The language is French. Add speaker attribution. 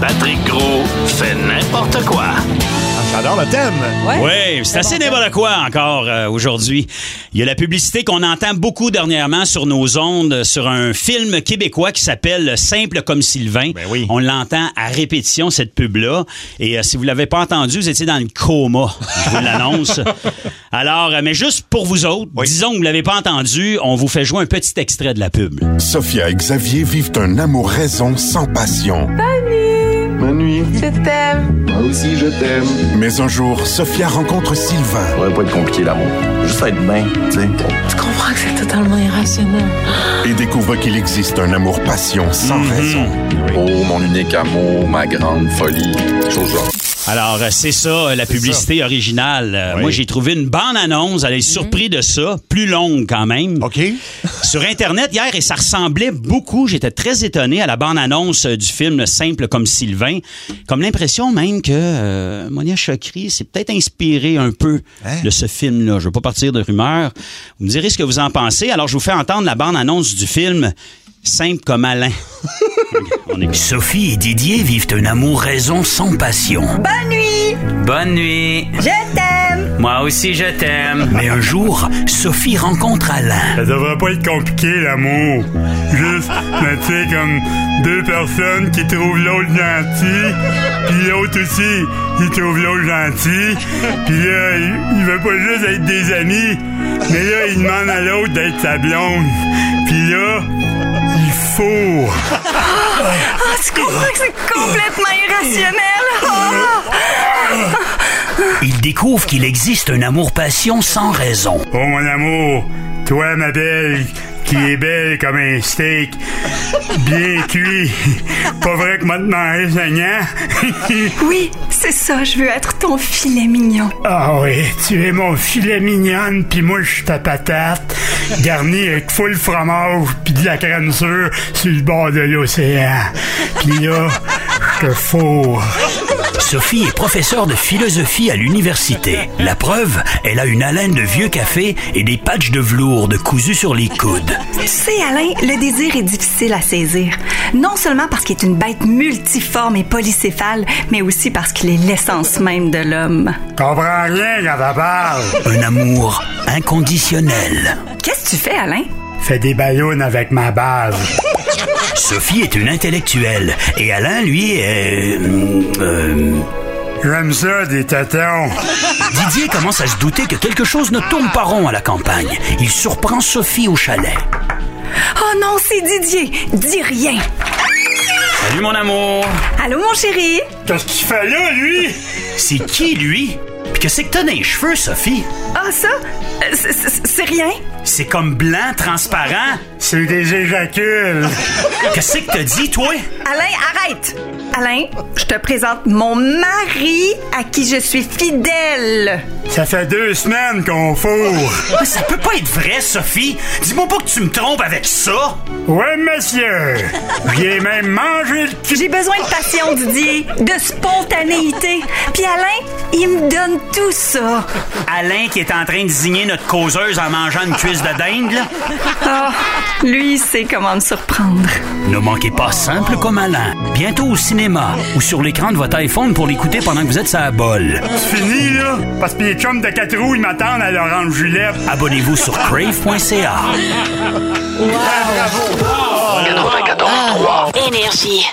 Speaker 1: Patrick Gros fait n'importe quoi.
Speaker 2: J'adore le thème.
Speaker 3: Ouais.
Speaker 4: Oui, c'est assez n'importe quoi encore euh, aujourd'hui. Il y a la publicité qu'on entend beaucoup dernièrement sur nos ondes euh, sur un film québécois qui s'appelle Simple comme Sylvain.
Speaker 2: Ben oui.
Speaker 4: On l'entend à répétition cette pub là et euh, si vous l'avez pas entendu, vous étiez dans le coma. Je vous l'annonce. Alors euh, mais juste pour vous autres, disons que vous l'avez pas entendu, on vous fait jouer un petit extrait de la pub. là.
Speaker 5: Sophia et Xavier vivent un amour-raison sans passion.
Speaker 6: Ma nuit,
Speaker 7: Je t'aime.
Speaker 6: moi aussi je t'aime.
Speaker 5: Mais un jour, Sophia rencontre Sylvain.
Speaker 8: pourrait pas être compliqué l'amour. Juste être bien, tu sais.
Speaker 7: Tu comprends que c'est totalement irrationnel.
Speaker 5: et découvre qu'il existe un amour-passion sans
Speaker 9: Mhm.
Speaker 5: raison.
Speaker 8: Oh, mon unique amour, ma grande folie. Chose genre.
Speaker 4: Alors, euh, c'est ça, euh, la publicité originale. Euh, Moi, j'ai trouvé une bonne annonce. Elle est surpris de ça. Plus longue, quand même.
Speaker 2: OK.
Speaker 4: Sur Internet, hier, et ça ressemblait beaucoup, j'étais très étonné à la bande-annonce euh, du film Simple comme Sylvain. Comme l'impression même que euh, Monia Chokri s'est peut-être inspirée un peu de ce film-là. Je ne veux pas partir de rumeurs. Vous me direz ce que vous en pensez. Alors, je vous fais entendre la bande-annonce du film Simple comme Alain. On écoute.
Speaker 1: Sophie et Didier vivent un amour-raison sans passion.
Speaker 10: Bonne nuit,
Speaker 1: Bonne nuit.
Speaker 10: je t'aime.
Speaker 1: Moi aussi, je t'aime. Mais un jour, Sophie rencontre Alain.
Speaker 9: Ça devrait pas être compliqué, l'amour. Juste, mais tu sais, comme deux personnes qui trouvent l'autre gentil, puis l'autre aussi, il trouve l'autre gentil, puis là, il, il veut pas juste être des amis, mais là, il demande à l'autre d'être sa blonde. Puis là, il faut.
Speaker 10: Ah, tu comprends que c'est complètement irrationnel. Ah!
Speaker 1: Il découvre qu'il existe un amour-passion sans raison.
Speaker 9: Oh mon amour, toi ma belle, qui est belle comme un steak, bien cuit. Pas vrai que maintenant manger hein? saignant.
Speaker 10: Oui, c'est ça, je veux être ton filet mignon.
Speaker 9: Ah oui, tu es mon filet mignonne, puis moi je suis ta patate, garnie avec full fromage, puis de la crème sûre sur le bord de l'océan. Puis là, je te fourre.
Speaker 1: Sophie est professeure de philosophie à l'université. La preuve, elle a une haleine de vieux café et des patchs de velours de cousu sur les coudes.
Speaker 10: Tu sais, Alain, le désir est difficile à saisir. Non seulement parce qu'il est une bête multiforme et polycéphale, mais aussi parce qu'il est l'essence même de l'homme.
Speaker 9: Comprends rien quand t'en parles.
Speaker 1: Un amour inconditionnel.
Speaker 10: Qu'est-ce que tu fais, Alain?
Speaker 9: Fais des ballons avec ma base.
Speaker 1: Sophie est une intellectuelle et Alain, lui, est... euh,
Speaker 9: J'aime ça, des tatons.
Speaker 1: Didier commence à se douter que quelque chose ne tourne pas rond à la campagne. Il surprend Sophie au chalet.
Speaker 10: Oh non, c'est Didier. Dis rien.
Speaker 1: Salut mon amour.
Speaker 10: Allô, mon chéri?
Speaker 9: Qu'est-ce qu'il fait là, lui?
Speaker 1: C'est qui lui Puis que c'est que t'as dans les cheveux, Sophie
Speaker 10: Ah, ça? Euh, c'est- C'est c'est rien?
Speaker 1: C'est comme blanc, transparent.
Speaker 9: C'est des éjacules.
Speaker 1: Qu'est-ce que t'as dit, toi
Speaker 10: Alain, arrête! Alain, je te présente mon mari à qui je suis fidèle.
Speaker 9: Ça fait deux semaines qu'on fourre.
Speaker 1: Mais ça peut pas être vrai, Sophie. Dis-moi pas que tu me trompes avec ça.
Speaker 9: Ouais, monsieur. J'ai même mangé le cul.
Speaker 10: J'ai besoin de passion, Didier, de spontanéité. Puis Alain, il me donne tout ça.
Speaker 1: Alain qui est en train de zigner notre causeuse en mangeant une cuisse de dingue, là.
Speaker 10: Ah, lui, il sait comment me surprendre.
Speaker 1: Ne manquez pas Simple comme Alain. Bientôt au cinéma ou sur l'écran de votre iPhone pour l'écouter pendant que vous êtes à la bolle.
Speaker 9: Fini, là. Parce que les chums de quatre roues, ils m'attendent à l'orange julep.
Speaker 1: Abonnez-vous sur crave.ca.
Speaker 11: Énergie.